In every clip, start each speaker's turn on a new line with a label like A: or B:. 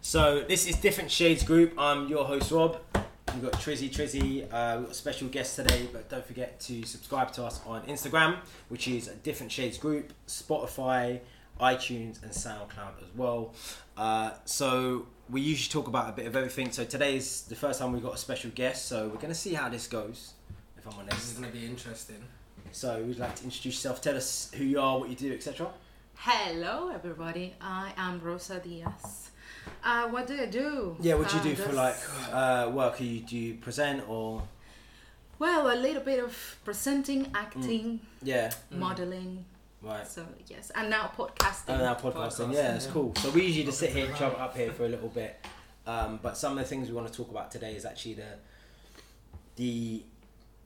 A: So this is Different Shades Group. I'm your host Rob. We've got Trizzy Trizzy. Uh, we've got a special guest today, but don't forget to subscribe to us on Instagram, which is Different Shades Group, Spotify, iTunes, and SoundCloud as well. Uh, so we usually talk about a bit of everything. So today is the first time we've got a special guest, so we're going to see how this goes, if I'm
B: This is
A: honest.
B: going to be interesting.
A: So would you like to introduce yourself? Tell us who you are, what you do, etc.
C: Hello, everybody. I am Rosa Diaz. Uh, what do I do?
A: Yeah, what do you
C: Uh,
A: do for
C: just-
A: like uh, work? Are you, do you present or
C: Well, a little bit of presenting, acting,
A: yeah,
B: Mm.
C: modeling.
A: right?
C: So yes, and now podcasting.
A: And our podcasting,
B: Podcasting,
A: yeah, it's
B: yeah.
A: cool. So we usually just sit
B: Looking
A: here,
B: for
A: chop
B: that.
A: up here for a little bit. Um, but some of the things we want to talk about today is actually the the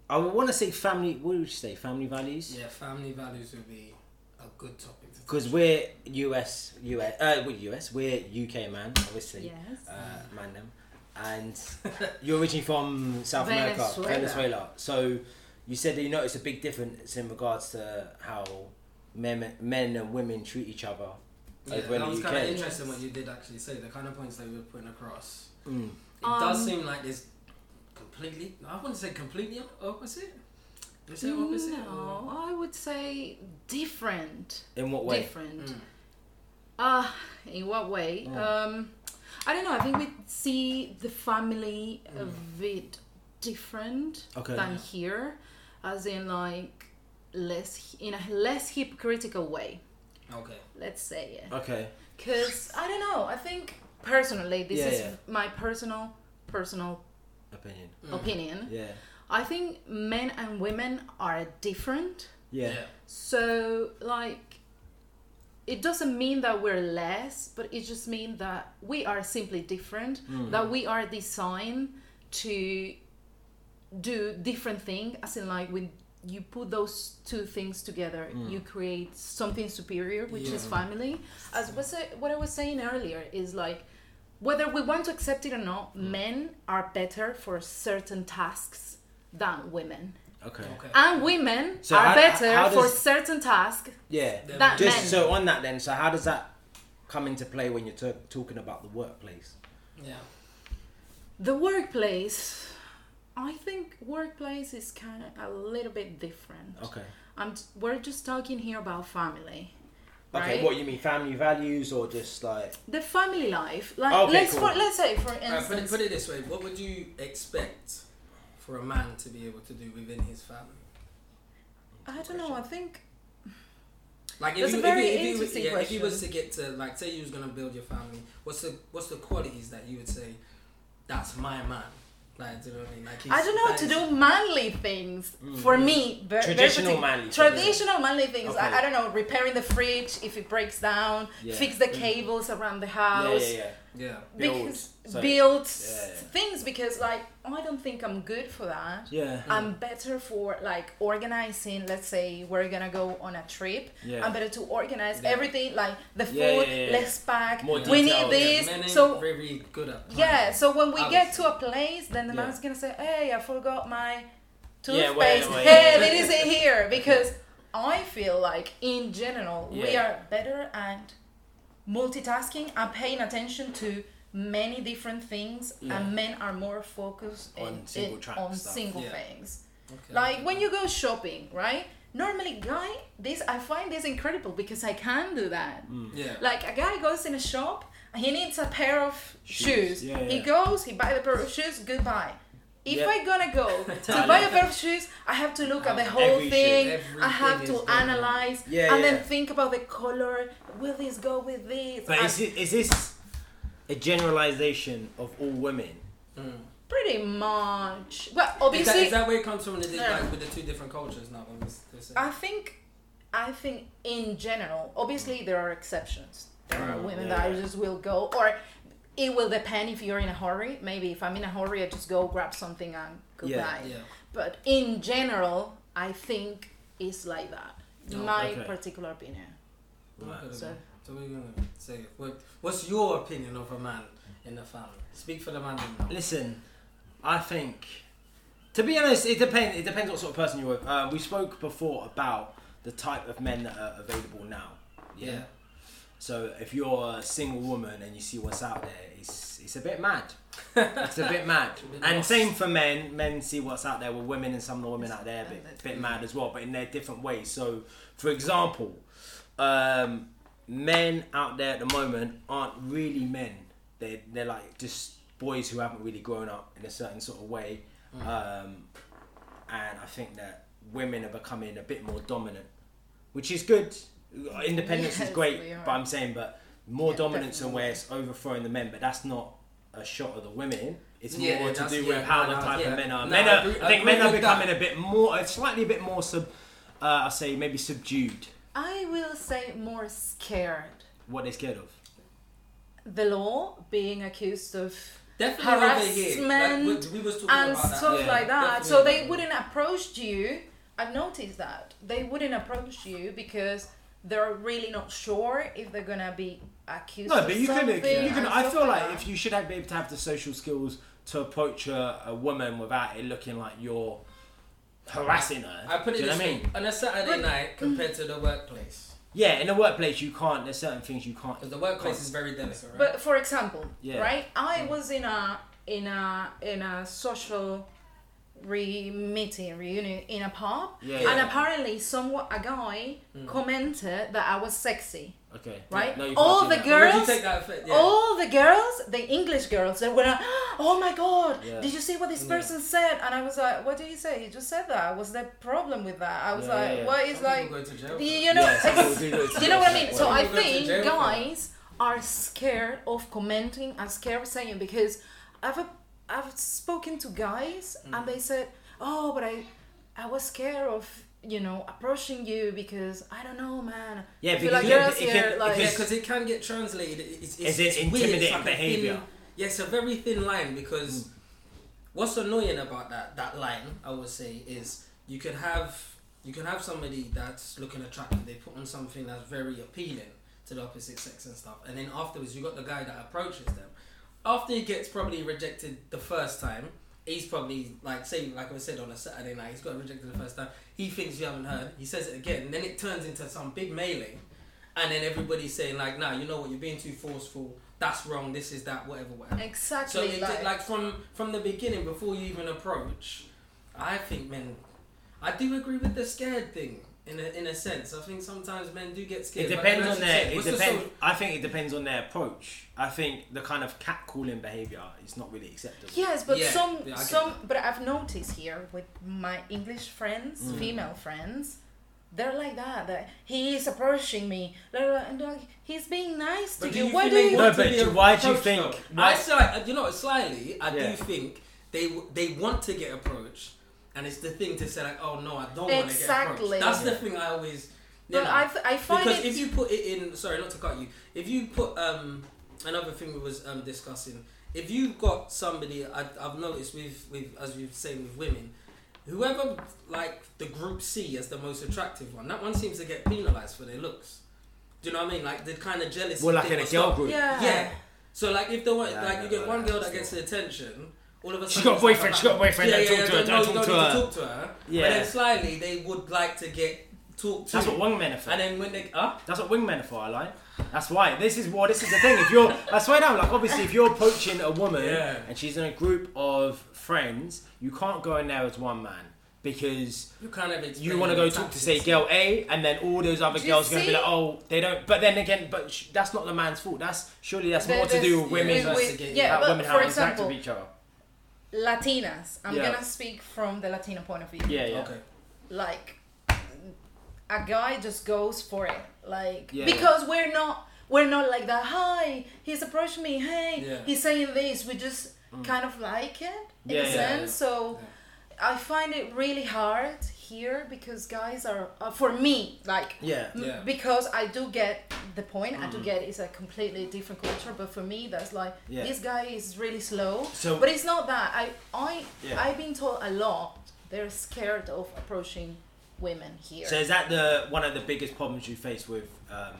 A: I want to say family. What would you say? Family values.
B: Yeah, family values would be a good topic. to
A: Because
B: touch
A: we're US, US, uh, we're US, we're UK man, obviously,
C: Yes.
A: uh, man them, and you're originally from South America,
C: Venezuela.
A: Venezuela. So you said that you noticed a big difference in regards to how men, men and women treat each other.
B: on.
A: over
B: Yeah,
A: in
B: that
A: the
B: was
A: UK.
B: kind of interesting what you did actually say, the kind of points that you were putting across.
A: Mm.
B: It does
C: Um,
B: seem like there's completely, I wouldn't say completely opposite. Is it opposite?
C: no, I would say different.
A: In what way?
B: Or?
C: Different.
B: Mm.
C: Uh, in what way?
A: Mm.
C: Um, I don't know. I think we see the family a
B: Mm.
C: bit different
A: Okay.
C: than here, as in like less in a less hypocritical way.
B: Okay.
C: Let's say yeah.
A: Okay.
C: Cause I don't know. I think personally, this
A: Yeah,
C: is
A: yeah.
C: my personal personal
A: Opinion.
B: Mm.
C: opinion.
A: Yeah.
C: I think men and women are different.
A: Yeah.
C: So like it doesn't mean that we're less, but it just means that we are simply different, that we are designed to do different thing as in like when you put those two things together you create something superior which is
B: Yeah.
C: family as was I, what i was saying earlier is like whether we want to accept it or not men are better for certain tasks than women
A: Okay.
B: Okay.
C: and women
A: So
C: are
A: how-
C: better
A: how
C: for
A: does-
C: certain tasks.
A: Yeah.
B: Then
C: That
B: we-
A: Just
C: men.
A: so on that then, so how does that come into play when you're t- talking about the workplace?
B: Yeah.
C: The workplace, I think workplace is kind of a little bit different.
A: Okay.
C: I'm, we're just talking here about family, right?
A: Okay, what you mean family values or just like
C: the family life, like
A: Okay,
C: let's
A: cool.
C: for, let's say for
B: Alright, Uh, put,
C: instance,
B: it, put it this way what would you expect for a man to be able to do within his family?
C: I don't know. I think
B: Like if
C: That's
B: you,
C: a very
B: if you, if you,
C: interesting
B: yeah, if you
C: question.
B: was to get to like say you was gonna build your family, what's the what's the qualities that you would say that's my man? Like do you know what I mean? Like he's,
C: I don't know
B: that
C: to
B: is-
C: do manly things for me. Very,
A: traditional
C: very partic-
A: manly?
C: Traditional manly things.
A: Mm-hmm. Okay.
C: I, I don't know, repairing the fridge if it breaks down,
A: Yeah.
C: fix the cables around the
A: Yeah,
C: house.
A: yeah, yeah.
B: Yeah.
A: Build,
C: because
A: so-
C: build
A: Yeah, yeah.
C: things because like I don't think I'm good for that.
A: Yeah.
C: I'm better for like organizing. Let's say we're gonna go on a trip.
A: Yeah.
C: I'm better to organize
B: Yeah.
C: everything, like the food.
A: Yeah, yeah, yeah, yeah.
C: Let's pack.
A: More
C: we
A: detail,
C: need
A: yeah.
C: this.
B: men ain't
C: so
B: very good at planning.
C: yeah. So when we
B: I
C: get
B: would
C: to a place, then the
A: Yeah.
C: man's gonna say, "Hey, I forgot my
A: Yeah,
C: toothpaste.
A: wait, wait,
C: hey,
A: yeah.
C: it isn't here." Because I feel like in general we
A: Yeah.
C: are better at multitasking and paying attention to many different things,
A: Yeah.
C: and men are more focused
A: On
C: in-
A: single
C: in-
A: track
C: on
A: stuff.
C: single
B: Yeah.
C: things.
B: Okay.
C: Like when you go shopping, right? Normally, guy, this I find this incredible because I can do that.
B: Yeah.
C: Like a guy goes in a shop, he needs a pair of
A: Shoes.
C: shoes.
A: Yeah,
C: He
A: yeah.
C: goes, he buy the pair of shoes, goodbye. If
A: Yep.
C: i gonna go to
A: Totally.
C: buy a pair of shoes, I have to look at the
B: Oh,
C: whole
A: every shoe,
C: thing. I
B: everything
C: have
B: is
C: to
B: different.
C: analyze
A: Yeah,
C: and
A: yeah.
C: then think about the color. Will this go with this?
A: But
C: And
A: is, it, is this a generalization of all women?
B: Mm.
C: pretty much. Well,
B: Is, that,
C: obviously,
B: is that where it comes from? The, di-
C: Yeah.
B: Like with the two different cultures now. When was this,
C: I think, I think in general, obviously there are exceptions. There are
B: Mm,
C: women
A: yeah,
C: that
A: yeah.
C: I just will go, or it will depend if you're in a hurry. Maybe if I'm in a hurry, I just go grab something and
A: Yeah,
C: goodbye.
B: yeah.
C: But in general, I think it's like that.
B: Oh,
C: My
A: okay.
C: particular opinion.
A: Right.
B: Okay,
C: So
B: So what are you gonna say? What, what's your opinion of a man in the family? Speak for the man in the
A: Listen, I think to be honest, it depends. It depends what sort of person you're with. Um, Uh, we spoke before about the type of men that are available now.
B: Yeah.
A: So if you're a single woman and you see what's out there, it's it's a bit mad. It's a bit mad.
B: It's a bit
A: and
B: lost.
A: same for men. Men see what's out there with women and some of the women out there a bit,
C: Standard.
A: bit mad as well, but in their different ways. So for example, um, men out there at the moment aren't really men. They they're like just boys who haven't really grown up in a certain sort of way.
C: Mm.
A: Um, and I think that women are becoming a bit more dominant, which is good. Independence
C: Yes,
A: is great,
C: we are.
A: but I'm saying, but more
C: Yeah,
A: dominance and
C: definitely.
A: where it's overthrowing the men, but that's not a shot of the women. It's
B: Yeah,
A: more to
B: that's-
A: do
B: yeah,
A: with how
B: no,
A: the
B: no,
A: type
B: yeah.
A: of men are.
B: No,
A: men
B: I
A: are,
B: agree-
A: I
B: I
A: think
B: agree
A: men are
B: with that.
A: becoming a bit more, uh, slightly a bit more sub. Uh, I say maybe subdued.
C: I will say more scared.
A: What they're scared of.
C: The law being accused of
B: Definitely
C: Harassment
B: over here. Like, we, we was talking
C: and
B: about that.
C: stuff
A: yeah,
C: like that.
B: definitely
C: So they
B: over
C: wouldn't approach you. I've noticed that they wouldn't approach you because they're really not sure if they're gonna be accused.
A: No,
C: of
A: but you can. You
C: something
A: can.
C: and
A: I
C: stuff
A: feel like
C: that.
A: if you should have, be able to have the social skills to approach a, a woman without it looking like you're harassing her.
B: I put it
A: Do you know
B: this
A: what I mean?
B: way: on a Saturday
C: But-
B: night compared to the workplace,
A: Yeah, in the workplace you can't. There's certain things you can't.
B: because the workplace is very delicate, right?
C: But for example,
A: Yeah.
C: right? I was in a in a in a social re meeting reunion in a pub,
A: Yeah, Hmm.
C: and
A: yeah.
C: apparently, someone a guy commented that I was sexy,
A: Okay.
C: right?
A: No, you can't
C: all
A: do
C: the
A: that.
B: But would you
C: girls.
B: take that effect? Yeah.
C: All the girls, the English girls, they were like, "Oh my god,
A: Yeah.
C: did you see what this
B: Yeah.
C: person said?" And I was like, "What did he say? He just said that. What's the problem with that?" I was
A: Yeah,
C: like,
A: yeah, yeah.
C: "What is
B: Some
C: like,
B: people go to jail.
C: you,
B: for
C: you know,
A: Yeah, some people do go to
C: you know what I
A: jail.
C: mean? So I
B: People go to
C: think
B: jail for
C: guys are scared of commenting, are scared of saying because I've I've spoken to guys
B: Mm.
C: and they said, "Oh, but I I was scared of." You know, approaching you because I don't know, man.
A: Yeah,
C: I feel
A: because
C: like
A: it can-
C: girls
A: it can-
C: here,
A: it
C: like
A: can
B: Yeah, because it can get translated. It- It's, it's,
A: Is it
B: it's weird. It's
A: intimidating
B: like a thin-
A: behaviour?
B: yeah, it's a very thin line because what's annoying about that that line, I would say, is you could have you can have somebody that's looking attractive. They put on something that's very appealing to the opposite sex and stuff, and then afterwards you got the guy that approaches them. After he gets probably rejected the first time, he's probably like say like I said on a Saturday night, he's got rejected the first time. He thinks you haven't heard. He says it again, then it turns into some big melee, and then everybody's saying like, "Nah, you know what? You're being too forceful. That's wrong. This is that. Whatever, whatever." So
C: exactly
B: it,
C: like,
B: like, from from the beginning, before you even approach, I think men, I do agree with the scared thing in a, in a sense. I think sometimes men do get
A: It
B: scared. Like
A: depends
B: you
A: on
B: actually
A: their.
B: said,
A: It
B: what's the
A: depends.
B: sort-
A: I think it depends on their approach. I think the kind of catcalling behaviour is not really acceptable.
C: Yes, but
B: Yeah,
C: some
B: yeah, I get
C: some but I've noticed here with my English friends, female friends, they're like that. That he is approaching me, blah, blah, blah, and they're like, he's being nice to
B: But do
C: you.
B: you
C: Why
B: feel
C: do
B: they
C: you?
A: No,
B: want to
A: but
B: be
A: you- why do you
B: approached,
A: think-
B: though? I
A: why-
B: sli- you know, slightly, I
A: Yeah.
B: do think they w- they want to get approached, and it's the thing to say like, oh no, I don't want to get
C: Exactly.
B: approached. That's the
A: Yeah.
B: thing I always. you
C: but
B: know.
C: I, I find
B: because
C: it.
B: if you put it in sorry not to cut you if you put um another thing we was um discussing if you've got somebody I, i've noticed with with as we've saying with women whoever like the group c as the most attractive one that one seems to get penalized for their looks do you know what i mean like the kind of jealousy
A: Well, like in
B: thing
A: a
B: or
A: girl
B: stuff.
A: group.
C: yeah.
B: yeah so like if the one
A: Yeah,
B: like
A: I know,
B: you get
A: I
B: one
A: know,
B: girl
A: I
B: that
A: know.
B: gets the attention all of a sudden
A: She's got a
B: it's
A: boyfriend.
B: like,
A: She's got a boyfriend.
B: yeah,
A: Don't
B: yeah,
A: talk
B: yeah,
A: to her.
B: no, you
A: Don't talk to
B: need
A: her.
B: talk to her but
A: Yeah.
B: then slightly they would like to get talked to
A: That's what wingmen are for.
B: and then when they up
A: That's what wingmen are for, I like. That's why. This is what. This is the thing. If you're, that's why now. Like obviously, if you're approaching a woman
B: Yeah.
A: and she's in a group of friends, you can't go in there as one man because
B: You kind of explain
A: you want to
B: the
A: go talk to
B: tactics.
A: say girl A, and then all those other
C: Do you
A: girls are gonna be
C: see?
A: like, oh, they don't. But then again, but sh- that's not the man's fault. That's surely that's
C: There-
A: more to do with
C: there's-
A: women.
B: yeah,
A: versus
B: with-
A: again,
C: yeah,
A: about
C: but
A: women
C: for
A: how they interact
C: example-
A: with each other.
C: Latinas. I'm
A: Yeah.
C: gonna speak from the Latino point of view.
A: Yeah, yeah.
B: Okay.
C: Like, a guy just goes for it. Like
A: Yeah,
C: because we're not we're not like that. Hi, he's approaching me. Hey,
B: Yeah.
C: he's saying this. We just kind of like it
A: Mm.
C: in
A: Yeah,
C: a
A: yeah,
C: sense.
B: yeah.
C: So. I find it really hard here because guys are uh, for me like
A: Yeah. Mm.
C: m-
B: Yeah.
C: because I do get the point. I do get it's a completely different culture, but for me that's like
A: Yeah.
C: this guy is really slow.
A: So-
C: but it's not that I I
A: Yeah.
C: I've been told a lot they're scared of approaching women here
A: So is that the one of the biggest problems you face with um,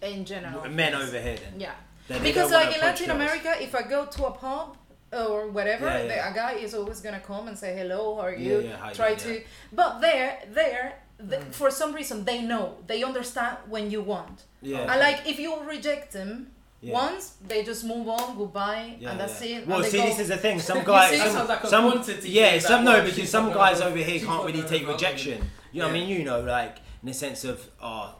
C: in general.
A: men over here? Then
C: Yeah,
A: That they
C: because
A: don't wanna
C: like in
A: approach
C: Latin
A: girls?
C: America, if I go to a pub or whatever,
A: Yeah,
C: the-
A: yeah.
C: a guy is always gonna come and say hello, how are
A: Yeah, Mm.
C: you?
A: yeah, how you
C: Try
A: doing,
C: to, but there, there, th- for some reason they know they understand when you want
A: Yeah.
C: i like if you reject them
A: Yeah.
C: once they just move on goodbye
A: Yeah,
C: and that's
A: yeah.
C: it
A: Well,
C: and they
A: see,
C: go,
A: this is the thing. Some
B: You
A: guys,
B: see, that
A: some,
B: sounds like a
A: some-
B: quantity
A: yeah,
B: thing,
A: some
B: that
A: no,
B: one
A: because
B: she's
A: some
B: not
A: guys
B: gonna-
A: over here
B: she's
A: can't
B: not
A: really
B: gonna
A: take
B: rub
A: rejection.
B: in.
A: You know what I
B: Yeah.
A: mean? You know, like in the sense of, oh,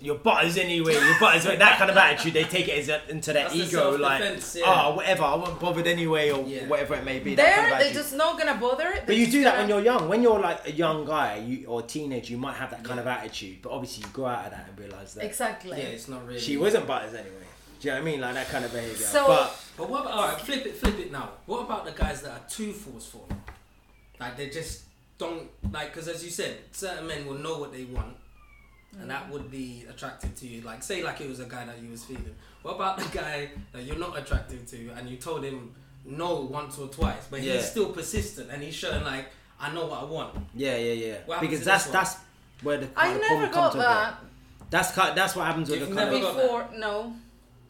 A: your butter's anyway, your butter's anyway, that kind of attitude. They take it as a, into their
B: That's the
A: ego, like,
B: self-defense, yeah.
A: oh, whatever, I wasn't bothered anyway, or
B: Yeah.
A: whatever it may be. that kind
C: there
A: of
C: they're
A: attitude.
C: just not gonna bother
A: But you do that when you're young. When you're like a young guy you, or teenage, you might have that kind of attitude. But obviously, you grow out of that and realize that
C: exactly
B: Yeah, it's not really.
A: she wasn't butters anyway. Do you know what I mean? Like that kind of behavior.
C: So-
A: but
B: But what about, alright, flip it, flip it now. What about the guys that are too forceful? Like, they just don't, like, because as you said, certain men will know what they want. And that would be attractive to you. Like, say, like it was a guy that you was feeling. What about the guy that you're not attractive to, and you told him no once or twice, but
A: Yeah.
B: he's still persistent, and he's showing like, I know what I want.
A: yeah, yeah, yeah.
B: What happens
A: because
B: to
A: that's
B: this one?
A: that's where the,
C: i
A: the
C: never
A: problem comes
C: got
A: over.
C: that
A: That's ki- that's what happens with
B: You've
A: the kind
B: never
A: of
B: got-
C: before no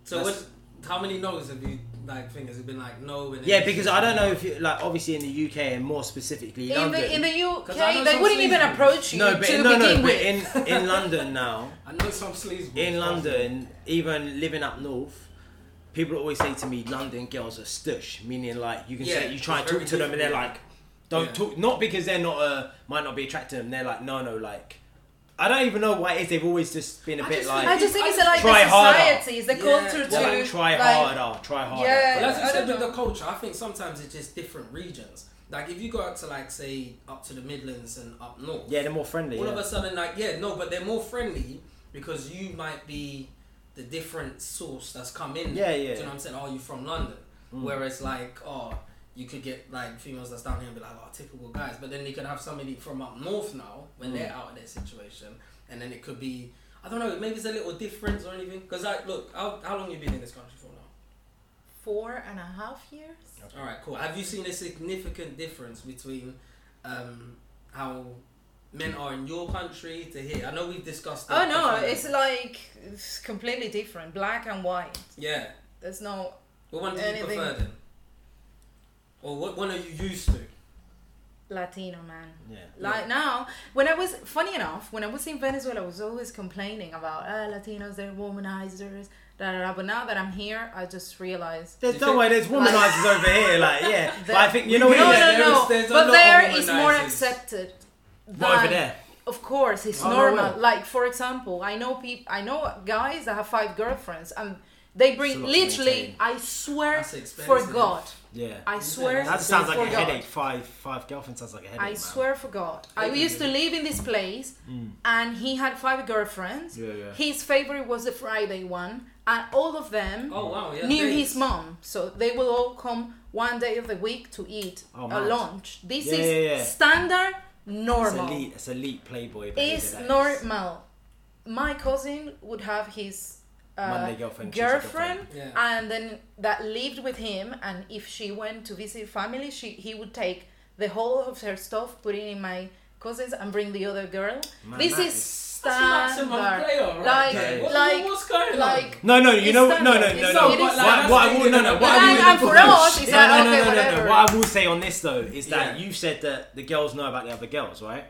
B: So
A: That's-
B: what? How many no's have you like? Thing has it been like no? And then
A: yeah. Because I don't know if you like obviously in the UK and more specifically
C: in
A: London.
C: the, in the UK,
B: 'Cause I know
C: they
B: some
C: wouldn't even
B: sleazy
C: approach you
A: no,
C: to
A: but
C: begin
A: no, no, but
C: with.
A: in in London now,
B: I know some sleazeballs.
A: in London, even living up north, people always say to me, "London girls are stush," meaning like you can
B: Yeah,
A: say you try and
B: it's
A: talk
B: very
A: to them and they're
B: difficult.
A: like, "Don't
B: Yeah.
A: talk," not because they're not uh, might not be attracted to them. They're like, "No, no," like I don't even know why it is. They've always just been a
B: I
A: bit
B: just
A: like,
C: I just think it's
B: I
C: like
A: Try
C: the
A: harder.
C: society, it's the
B: Yeah.
C: culture
B: Well,
C: to
A: they're like try
C: like,
A: harder, try harder.
C: Yeah,
A: But
B: But as
C: I
B: you said
C: don't
B: with
C: know.
B: the culture, I think sometimes it's just different regions. Like if you go out to like say up to the Midlands and up north,
A: yeah, they're more friendly.
B: all
A: yeah.
B: of a sudden like yeah no, but they're more friendly because you might be the different source that's come in.
A: Yeah, Mm. yeah,
B: Do you
A: yeah.
B: know what I'm saying? Oh, you from London? Whereas like oh, you could get like females that's down here and be like oh typical guys, but then they could have somebody from up north now when they're
A: Mm.
B: out of their situation, and then it could be I don't know maybe it's a little difference or anything. Because like look, how how long you been in this country for now?
C: four and a half years.
B: All right, cool. Have you seen a significant difference between um, how men are in your country to here? I know we've discussed. the-
C: Oh no,
B: the-
C: it's like it's completely different, black and white.
B: yeah.
C: There's no.
B: What one do you
C: Anything.
B: prefer then? Or what one are you used to?
C: Latino man.
A: yeah.
C: Like now, when I was funny enough, when I was in Venezuela, I was always complaining about ah, Latinos, they're womanizers, da da da. But now that I'm here, I just realized
A: There's
B: You
A: no
B: think-
A: way there's womanizers over here, like yeah. But I think you know
C: no,
A: what?
C: no,
A: it is?
B: there
C: no.
B: is- there's a lot
C: but
B: of
C: there is more
B: womanizers.
C: accepted.
A: Not over
C: than-
A: there.
C: Of course, it's
A: Oh, no
C: normal.
A: way.
C: Like for example, I know people. I know guys that have five girlfriends, and they
A: It's a
C: bring
A: lot to
C: literally.
A: maintain.
C: I swear
B: That's
C: for
B: expensive.
C: God.
A: Yeah.
C: I swear.
A: That sounds like
C: for
A: a
C: God.
A: headache. Five five girlfriends sounds like a headache.
C: I
A: man.
C: swear for God. I
B: Yeah,
C: used to
B: yeah.
C: live in this place and he had five girlfriends.
A: Mm. Yeah, yeah.
C: His favorite was the Friday one, and all of them
B: Oh wow, yeah.
C: knew
B: dates.
C: his mom. So they will all come one day of the week to eat
A: Oh,
C: a
A: mad.
C: lunch. This
A: Yeah,
C: is
A: yeah, yeah.
C: standard
A: It's
C: normal.
A: elite. It's elite playboy. behaviour,
C: It's
A: that is.
C: normal. My cousin would have his uh,
A: Monday girlfriend, Tuesday
C: girlfriend,
B: girlfriend.
C: and then that lived with him. And if she went to visit family, she he would take the whole of her stuff, put it in my cousins, and bring the other girl.
A: Man,
C: this
A: that
C: is
A: is-
B: That's maximum
C: standard.
B: player, right
C: Like,
B: there. What-
C: like,
B: what's going on?
C: like.
A: No, no, you
C: It's
A: know, what- no, no,
C: standard.
A: no,
C: It's
A: no.
C: not-
A: What,
C: it's
A: what,
C: like-
A: what I will, no, no, what I
C: And-
A: will,
C: and for us, it's
A: no, no,
C: like,
A: no,
C: okay,
A: no, no,
C: whatever.
A: no. What I will say on this though is that
B: Yeah.
A: you've said that the girls know about the other girls, right?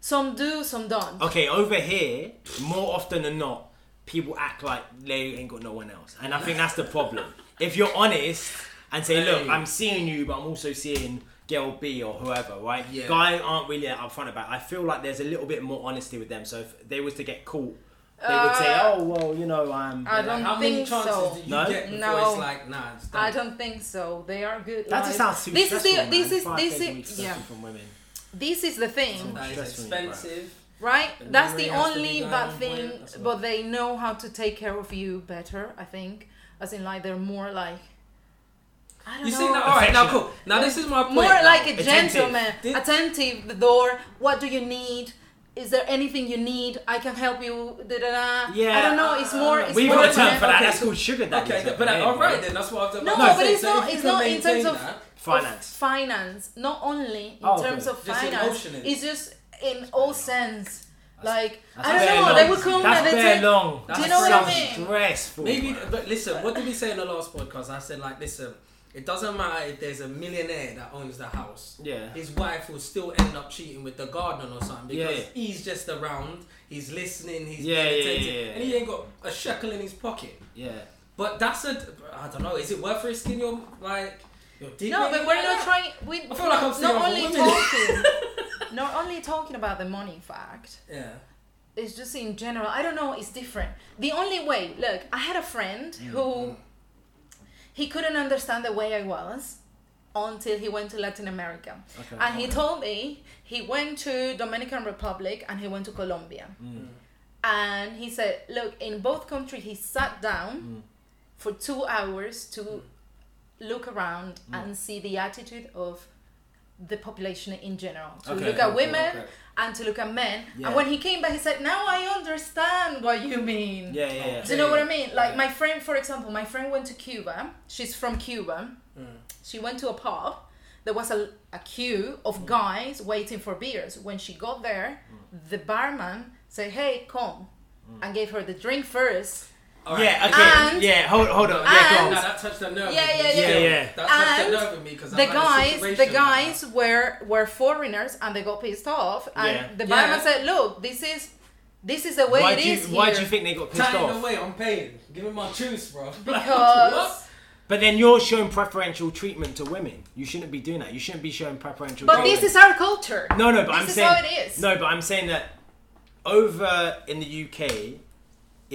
C: Some do, some don't.
A: Okay, over here, more often than not, people act like they ain't got no one else, and I think that's the problem. if you're honest and say, look,
B: Hey.
A: I'm seeing you, but I'm also seeing girl B or whoever, right?
B: Yeah.
A: Guys aren't really upfront about. it. I feel like there's a little bit more honesty with them. So if they was to get caught, they would say,
C: Uh,
A: oh well, you know, I'm.
C: I
B: Like,
C: don't
B: how many
C: think
B: chances
C: so.
B: do you
A: No?
B: get before
C: No.
B: it's like nah? It's done?
C: I don't think so. They are good.
A: That just
C: life.
A: sounds too
C: This is
A: stressful.
C: the this
A: man.
C: is
A: Five
C: this
A: days a week
C: is
A: stressful
C: yeah.
A: from women.
C: This is the thing.
B: That is
A: Stressful, bro.
B: expensive.
C: right
B: And
C: that's
B: memory
C: the
B: has to
C: only
B: be
C: bad
B: done
C: thing
B: when- that's all.
C: but they know how to take care of you better i think as in like they're more like I don't
B: You
C: know.
B: see now? All right, now cool. Now this is my point.
C: more
B: now.
C: like a
A: Attentive.
C: gentleman
B: Did-
C: attentive the door what do you need is there anything you need i can help you da, da, da. i don't know it's more it's
A: uh, We've
C: more
A: got a term
C: attentive.
A: for that.
B: Okay,
A: That's
B: so-
A: called sugar daddy.
B: Okay, but uh, all right then. That's what I've done.
C: no,
A: No,
C: but
A: so-
C: it's
B: so if
C: not
B: you
C: it's
B: can
C: not in terms
B: maintain
C: of
B: that-
A: Finance.
C: of finance not only in
A: Oh, okay.
C: terms of
B: Just
C: finance
B: emotionally.
C: it's just in all sense like
A: That's
C: i
A: very
C: don't know
A: long.
C: they will come
A: That's
C: and they
A: very
C: take-
A: long.
B: Do you
A: That's
B: know what I
A: so
C: mean?
A: Stressful.
B: Maybe,
A: man.
B: but listen, what did we say in the last podcast? I said like, listen, It doesn't matter if there's a millionaire that owns the house.
A: Yeah.
B: His wife will still end up cheating with the gardener or something because
A: Yeah.
B: he's just around, he's listening, he's
A: Yeah,
B: yeah,
A: yeah,
B: attentive,
A: yeah, yeah.
B: and he ain't got a shekel in his pocket.
A: Yeah.
B: But that's a I don't know. Is it worth risking your like your dignity?
C: No, but we're
B: like
C: not
B: that?
C: trying. We
B: I feel like I'm saying
C: not
B: for
C: only
B: women.
C: talking, not only talking about the money fact.
B: Yeah.
C: It's just in general. I don't know. It's different. The only way. Look, I had a friend
A: Mm,
C: who he couldn't understand the way I was until he went to Latin America,
A: Okay.
C: and he told me he went to Dominican Republic and he went to Colombia,
A: Mm.
C: and he said, look, in both countries he sat
A: Mm.
C: down for two hours to look around
A: Mm.
C: and see the attitude of the population in general to
A: Okay,
C: look at
A: okay,
C: women
A: okay.
C: and to look at men
A: Yeah.
C: and when he came back he said now i understand what you mean
A: Yeah, yeah, yeah.
C: do you know what i mean like
A: Yeah.
C: my friend for example my friend went to cuba she's from cuba
B: Mm.
C: she went to a pub there was a, a queue of
A: Mm.
C: guys waiting for beers when she got there
A: Mm.
C: the barman said hey come and gave her the drink first
B: All
A: Yeah, okay.
C: And-
A: yeah, hold, hold on. Yeah, go
B: No,
A: on.
C: and-
B: that touched the nerve.
C: Yeah,
B: with me
C: yeah,
A: yeah.
B: still.
A: Yeah, yeah.
B: That touched
C: And
B: the nerve with me because
C: the guys the guys were were foreigners and they got pissed off and
A: Yeah.
C: the barman
B: Yeah.
C: said look this is this is the way
A: why
C: it
A: do you,
C: is
A: Why
C: here
A: do you think they got pissed
B: Tying
A: off?
B: away, I'm paying. Give me my juice, bro.
C: because
A: But then you're showing preferential treatment to women. You shouldn't be doing that. You shouldn't be showing preferential.
C: but
A: treatment.
C: this is our culture
A: no, no. But
C: this
A: I'm
C: is
A: saying
C: how it is
A: no, but I'm saying that over in the UK,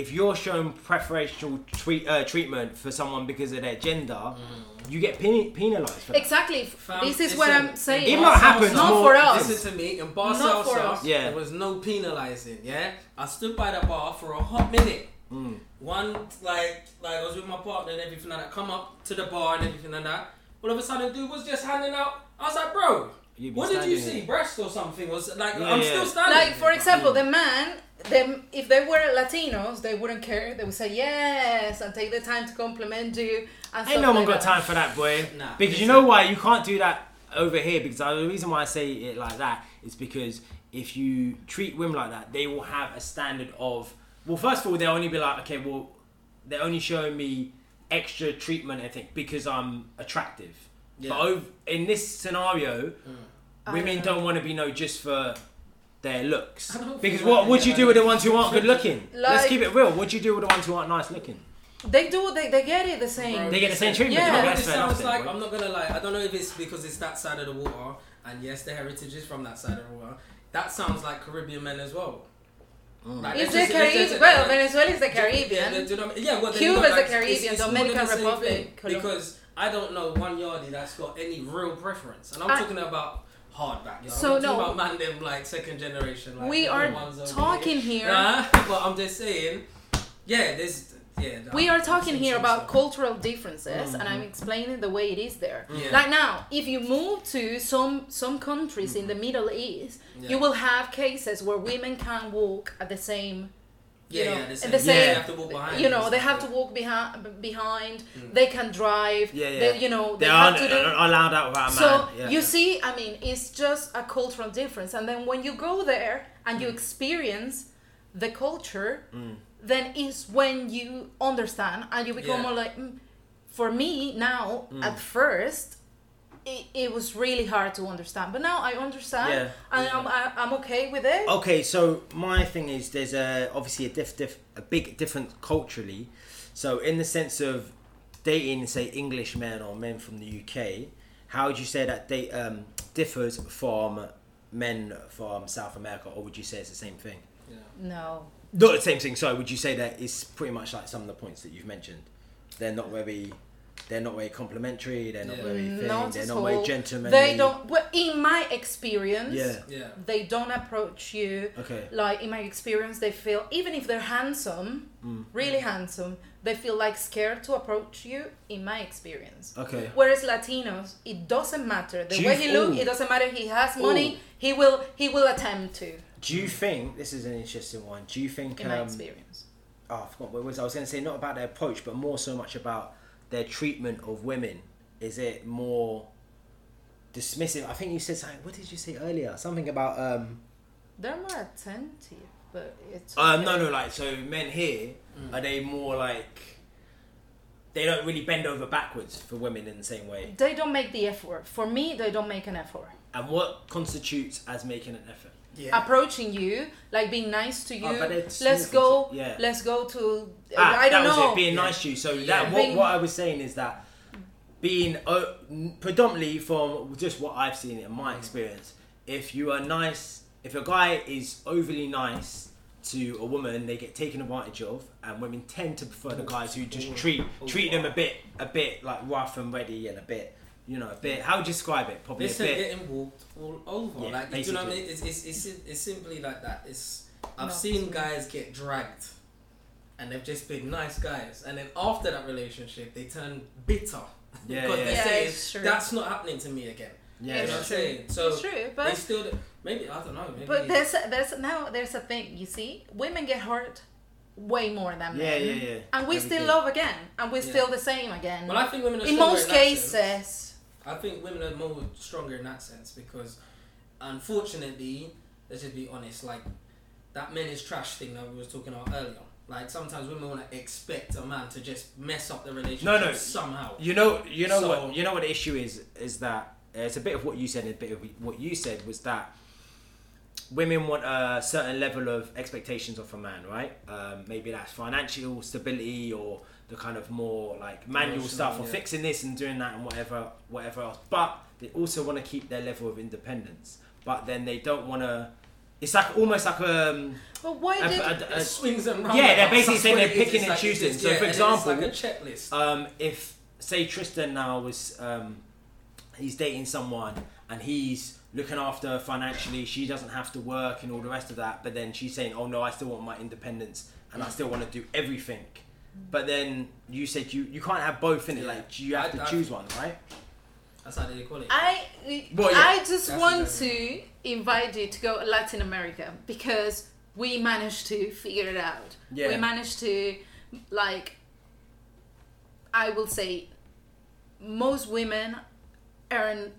A: if you're shown preferential treat, uh, treatment for someone because of their gender,
C: Mm.
A: you get pen- penalised for that.
C: exactly
B: Fam,
C: this is what
B: listen,
C: i'm saying
A: Even though it happens
C: not
A: more-
C: for us
B: Listen to me. In
C: Not for
B: Barcelona,
C: us.
A: Yeah.
B: there was no penalizing. Yeah, I stood by the bar for a hot minute.
A: Mm.
B: One like like I was with my partner and everything like that. Come up to the bar and everything like that. All of a sudden, dude was just handing out. I was like, bro,
A: You've been
B: what did you
A: standing
B: see?
A: there.
B: Breast or something? Was like
A: Yeah,
B: I'm
A: yeah.
B: still standing.
C: like for example the man them if they were latinos they wouldn't care they would say yes and take the time to compliment you and
A: Ain't
C: stuff
A: no one
C: like
A: got
C: that.
A: time for that, boy.
B: Nah,
A: because you
B: listen.
A: know why you can't do that over here. Because I, the reason why I say it like that is because if you treat women like that, they will have a standard of. Well, first of all, they'll only be like, okay, well, they're only showing me extra treatment, I think, because I'm attractive. But
B: Yeah. Mm.
A: over, in this scenario,
C: I
A: women
C: know.
A: don't want to be known just for their looks.
B: I don't
A: Because
B: think
A: what
B: that-
A: would you
B: yeah,
A: do
B: I
A: with the
B: don't-
A: ones who aren't good looking? Let's
C: Like-
A: keep it real. What do you do with the ones who aren't nice looking?
C: they do they, they get it the same
A: They get the same treatment.
C: Yeah.
A: Okay,
B: You know what
A: that's
B: it
A: fair enough
B: sounds
A: then,
B: like?
A: boy.
B: I'm not gonna lie. I don't know if it's because it's that side of the water, and yes, the heritage is from that side of the water. That sounds like Caribbean men as well. Like,
C: It's
B: they're just-
C: the
B: they're
C: Mm. Caribbean.
B: just-
C: Well, Venezuela is the
B: Yeah,
C: Caribbean.
B: they- do you know what I mean? yeah well, then you
C: Cuba's
B: got,
C: the
B: like,
C: Caribbean,
B: it's- it's all
C: Dominican
B: the same thing,
C: Republic, Colombia.
B: Because I don't know one yardie that's got any real preference, and I'm
C: I-
B: talking about hardback. You know?
C: So
B: I'm not
C: no.
B: talking about man them like second generation. Like,
C: We
B: the
C: are
B: ones over
C: talking here.
B: Nah, but I'm just saying. Yeah, there's yeah.
C: We are
B: I'm
C: talking
B: saying
C: here
B: some
C: about
B: stuff.
C: cultural differences, and I'm explaining the way it is there.
B: Mm-hmm. Yeah.
C: Like now, if you move to some some countries in the Middle East, you will have cases where women can't walk at the same.
B: yeah,
C: you know,
B: yeah, the same.
C: the
A: same-
B: they have to walk behind
C: You
B: us
C: know,
B: and
C: they
B: stuff,
C: have to walk behind. Behind, they can drive.
A: Mm. Yeah, yeah.
C: They, you know,
A: They
C: they,
A: aren't
C: have to do.
A: uh, allowed out without a man.
C: So
A: Yeah.
C: you see, I mean, it's just a cultural difference. And then when you go there and
A: Mm.
C: you experience the culture, then it's when you understand and you become
B: Yeah.
C: more like. "Mm." For me now,
A: Mm.
C: at first, it, it was really hard to understand, but now I understand,
A: Yeah. Oh.
C: and I'm I, I'm okay with it.
A: Okay, so my thing is there's a obviously a diff, diff a big difference culturally. So in the sense of dating, say English men or men from the UK, how would you say that date um, differs from men from South America, or would you say it's the same thing?
B: yeah.
C: No,
A: Not the same thing. Sorry, would you say that it's pretty much like some of the points that you've mentioned? They're not very, they're not very complimentary. They're not
B: Yeah.
A: very thin.
C: Mm, not
A: they're
C: at
A: not
C: all.
A: very gentlemanly.
C: They don't. Well, in my experience,
A: Yeah.
B: Yeah.
C: they don't approach you
A: Okay.
C: like in my experience they feel even if they're handsome
A: Mm.
C: really handsome they feel like scared to approach you in my experience
A: Okay.
C: whereas latinos it doesn't matter the
A: Do you-
C: way he look
A: ooh.
C: it doesn't matter he has money
A: Ooh.
C: he will he will attempt to
A: Do you think this is an interesting one? Do you think
C: in my
A: um,
C: experience
A: oh, I forgot what it was. I was going to say not about their approach, but more so much about their treatment of women. Is it more dismissive? I think you said something. What did you say earlier? Something about um.
C: they're more attentive but it's
A: Um. No.
C: okay.
A: Mm. No. Like so, men here are they more like they don't really bend over backwards for women in the same way.
C: They don't make the effort. For me, they don't make an effort.
A: And what constitutes as making an effort?
B: Yeah.
C: Approaching you, like being nice to you.
A: Oh, but it's
C: let's
A: small
C: go.
A: things, yeah.
C: Let's go to.
A: Ah,
C: I don't
A: that was
C: know.
A: it, being
B: Yeah.
A: nice to you. So
B: Yeah.
A: that
C: Being-
A: what, what I was saying is that being uh, n- predominantly from just what I've seen in my experience, if you are nice, if a guy is overly nice to a woman, they get taken advantage of, and women tend to prefer the guys who just treat treat them a bit a bit like rough and ready and a bit you know a bit. How would you describe it? Probably
B: Listen,
A: a bit.
B: getting walked all over.
A: Yeah,
B: like, you know what I
A: basically.
B: mean? It's, it's, it's, sim- it's simply like that. It's I've
C: No,
B: seen
C: it's-
B: guys get dragged and they've just been nice guys. And then after that relationship, they turn bitter.
A: Yeah,
B: because
A: yeah.
B: they
C: Yeah,
B: say,
C: it's true.
B: that's not happening to me again.
A: yeah,
B: You know
A: yeah.
B: what I'm saying? So
C: It's true,
B: they
C: but
B: still, maybe, I don't know. Maybe
C: but there's a, there's now there's a thing. You see, women get hurt way more than
A: Yeah,
C: men,
A: yeah, yeah.
C: and we
A: Every
C: still
A: day.
C: love again, and we're
B: Yeah.
C: still the same again.
B: Well, I think women are
C: In
B: stronger
C: most
B: that sense.
C: cases,
B: I think women are more stronger in that sense because, unfortunately, let's just be honest, like that men is trash thing that we was talking about earlier. Like sometimes women want to expect a man to just mess up the relationship
A: No, no.
B: somehow.
A: You know, you know
B: So-
A: what you know what the issue is is that uh, it's a bit of what you said and a bit of what you said was that women want a certain level of expectations of a man, right? Um, maybe that's financial stability or the kind of more like manual
B: Emotional,
A: stuff or
B: yeah.
A: fixing this and doing that and whatever whatever else. But they also want to keep their level of independence, but then they don't want to. It's like almost like um,
C: but why
A: a,
C: did
A: a- a-
B: It swings and roundabouts.
A: uh, yeah, they're basically
B: That's
A: saying
B: what
A: they're
B: it is.
A: picking
B: It's
A: and
B: like- it's
A: choosing.
B: just-
A: So,
B: yeah,
A: for
B: and then it's
A: example-
B: like a checklist.
A: um, if say Tristan now was um, he's dating someone and he's looking after her financially, she doesn't have to work and all the rest of that, but then she's saying, "Oh no, I still want my independence and I still want to do everything." But then you said you, you can't have both in it.
B: Mm. Yeah.
A: Like you have
B: I-
A: to
B: I-
A: choose one, right?
B: That's how they call it.
C: I
A: Well, yeah,
C: I just
B: that's
C: want
B: exactly
C: to invite you to go Latin America because we managed to figure it out.
A: Yeah.
C: We managed to like I will say most women earn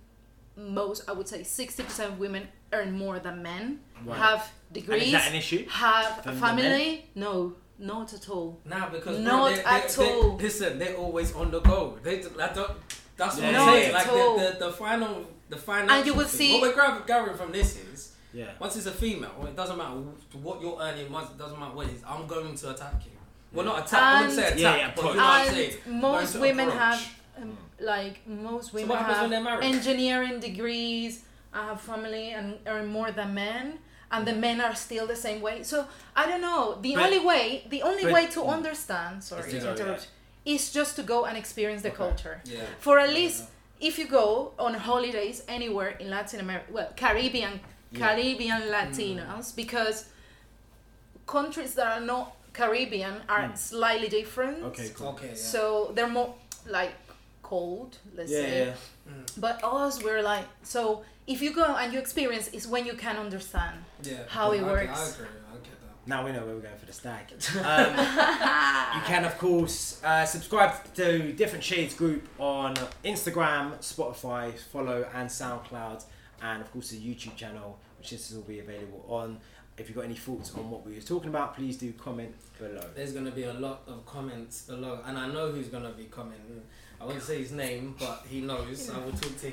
C: most I would say 60% of women earn more than men.
A: Right.
C: Have
A: And
C: degrees.
A: is that an issue?
C: have a
A: than the
C: family? No, not at all.
B: Nah, because
C: Not
B: bro, they,
C: at
B: they, they-
C: all.
B: listen, they're always on the go. They d- like, don't, that's what
A: Yeah.
B: I'm saying.
A: Not
B: Like
C: at all.
B: the, the, the final, the final.
C: And you will see-
B: what we're grab- gathering from this is
A: Yeah.
B: once it's a female, it doesn't matter wh- what you're earning. Once it doesn't matter what it is, I'm going to attack you. Well, not attack. I wouldn't say attack,
C: And-
A: Yeah, yeah,
B: but you know what I'm saying.
C: and most
B: Learn to
C: women
B: approach.
C: have um, like most women
B: what happens when they're
C: have
B: married?
C: engineering degrees I have family and earn more than men and the men are still the same way so i don't know the
A: But-
C: only way the only
A: but-
C: way to understand sorry
A: to
C: to
A: go,
C: interrupt is just to go and experience the
A: Okay.
C: culture
B: Yeah.
C: for at least if you go on holidays anywhere in Latin America, well, Caribbean,
A: Yeah. Mm.
C: Caribbean Latinos, because countries that are not Caribbean are
A: Mm.
C: slightly different.
A: Okay. Cool.
B: Okay. Yeah.
C: So they're more like cold, let's
A: Yeah,
C: say.
A: yeah.
C: But us, we're like, so if you go and you experience, is when you can understand.
B: yeah.
C: how it
B: I, I
C: works.
B: agree. I get that.
A: Now we know where we're going for the stag. Um, You can, of course, uh, subscribe to Different Shades Group on Instagram, Spotify, follow, and SoundCloud, and of course the YouTube channel, which this will be available on. If you've got any thoughts on what we were talking about, please do comment below.
B: There's gonna be a lot of comments below, and I know who's gonna be commenting. I won't say his name, but he knows. I will talk to him.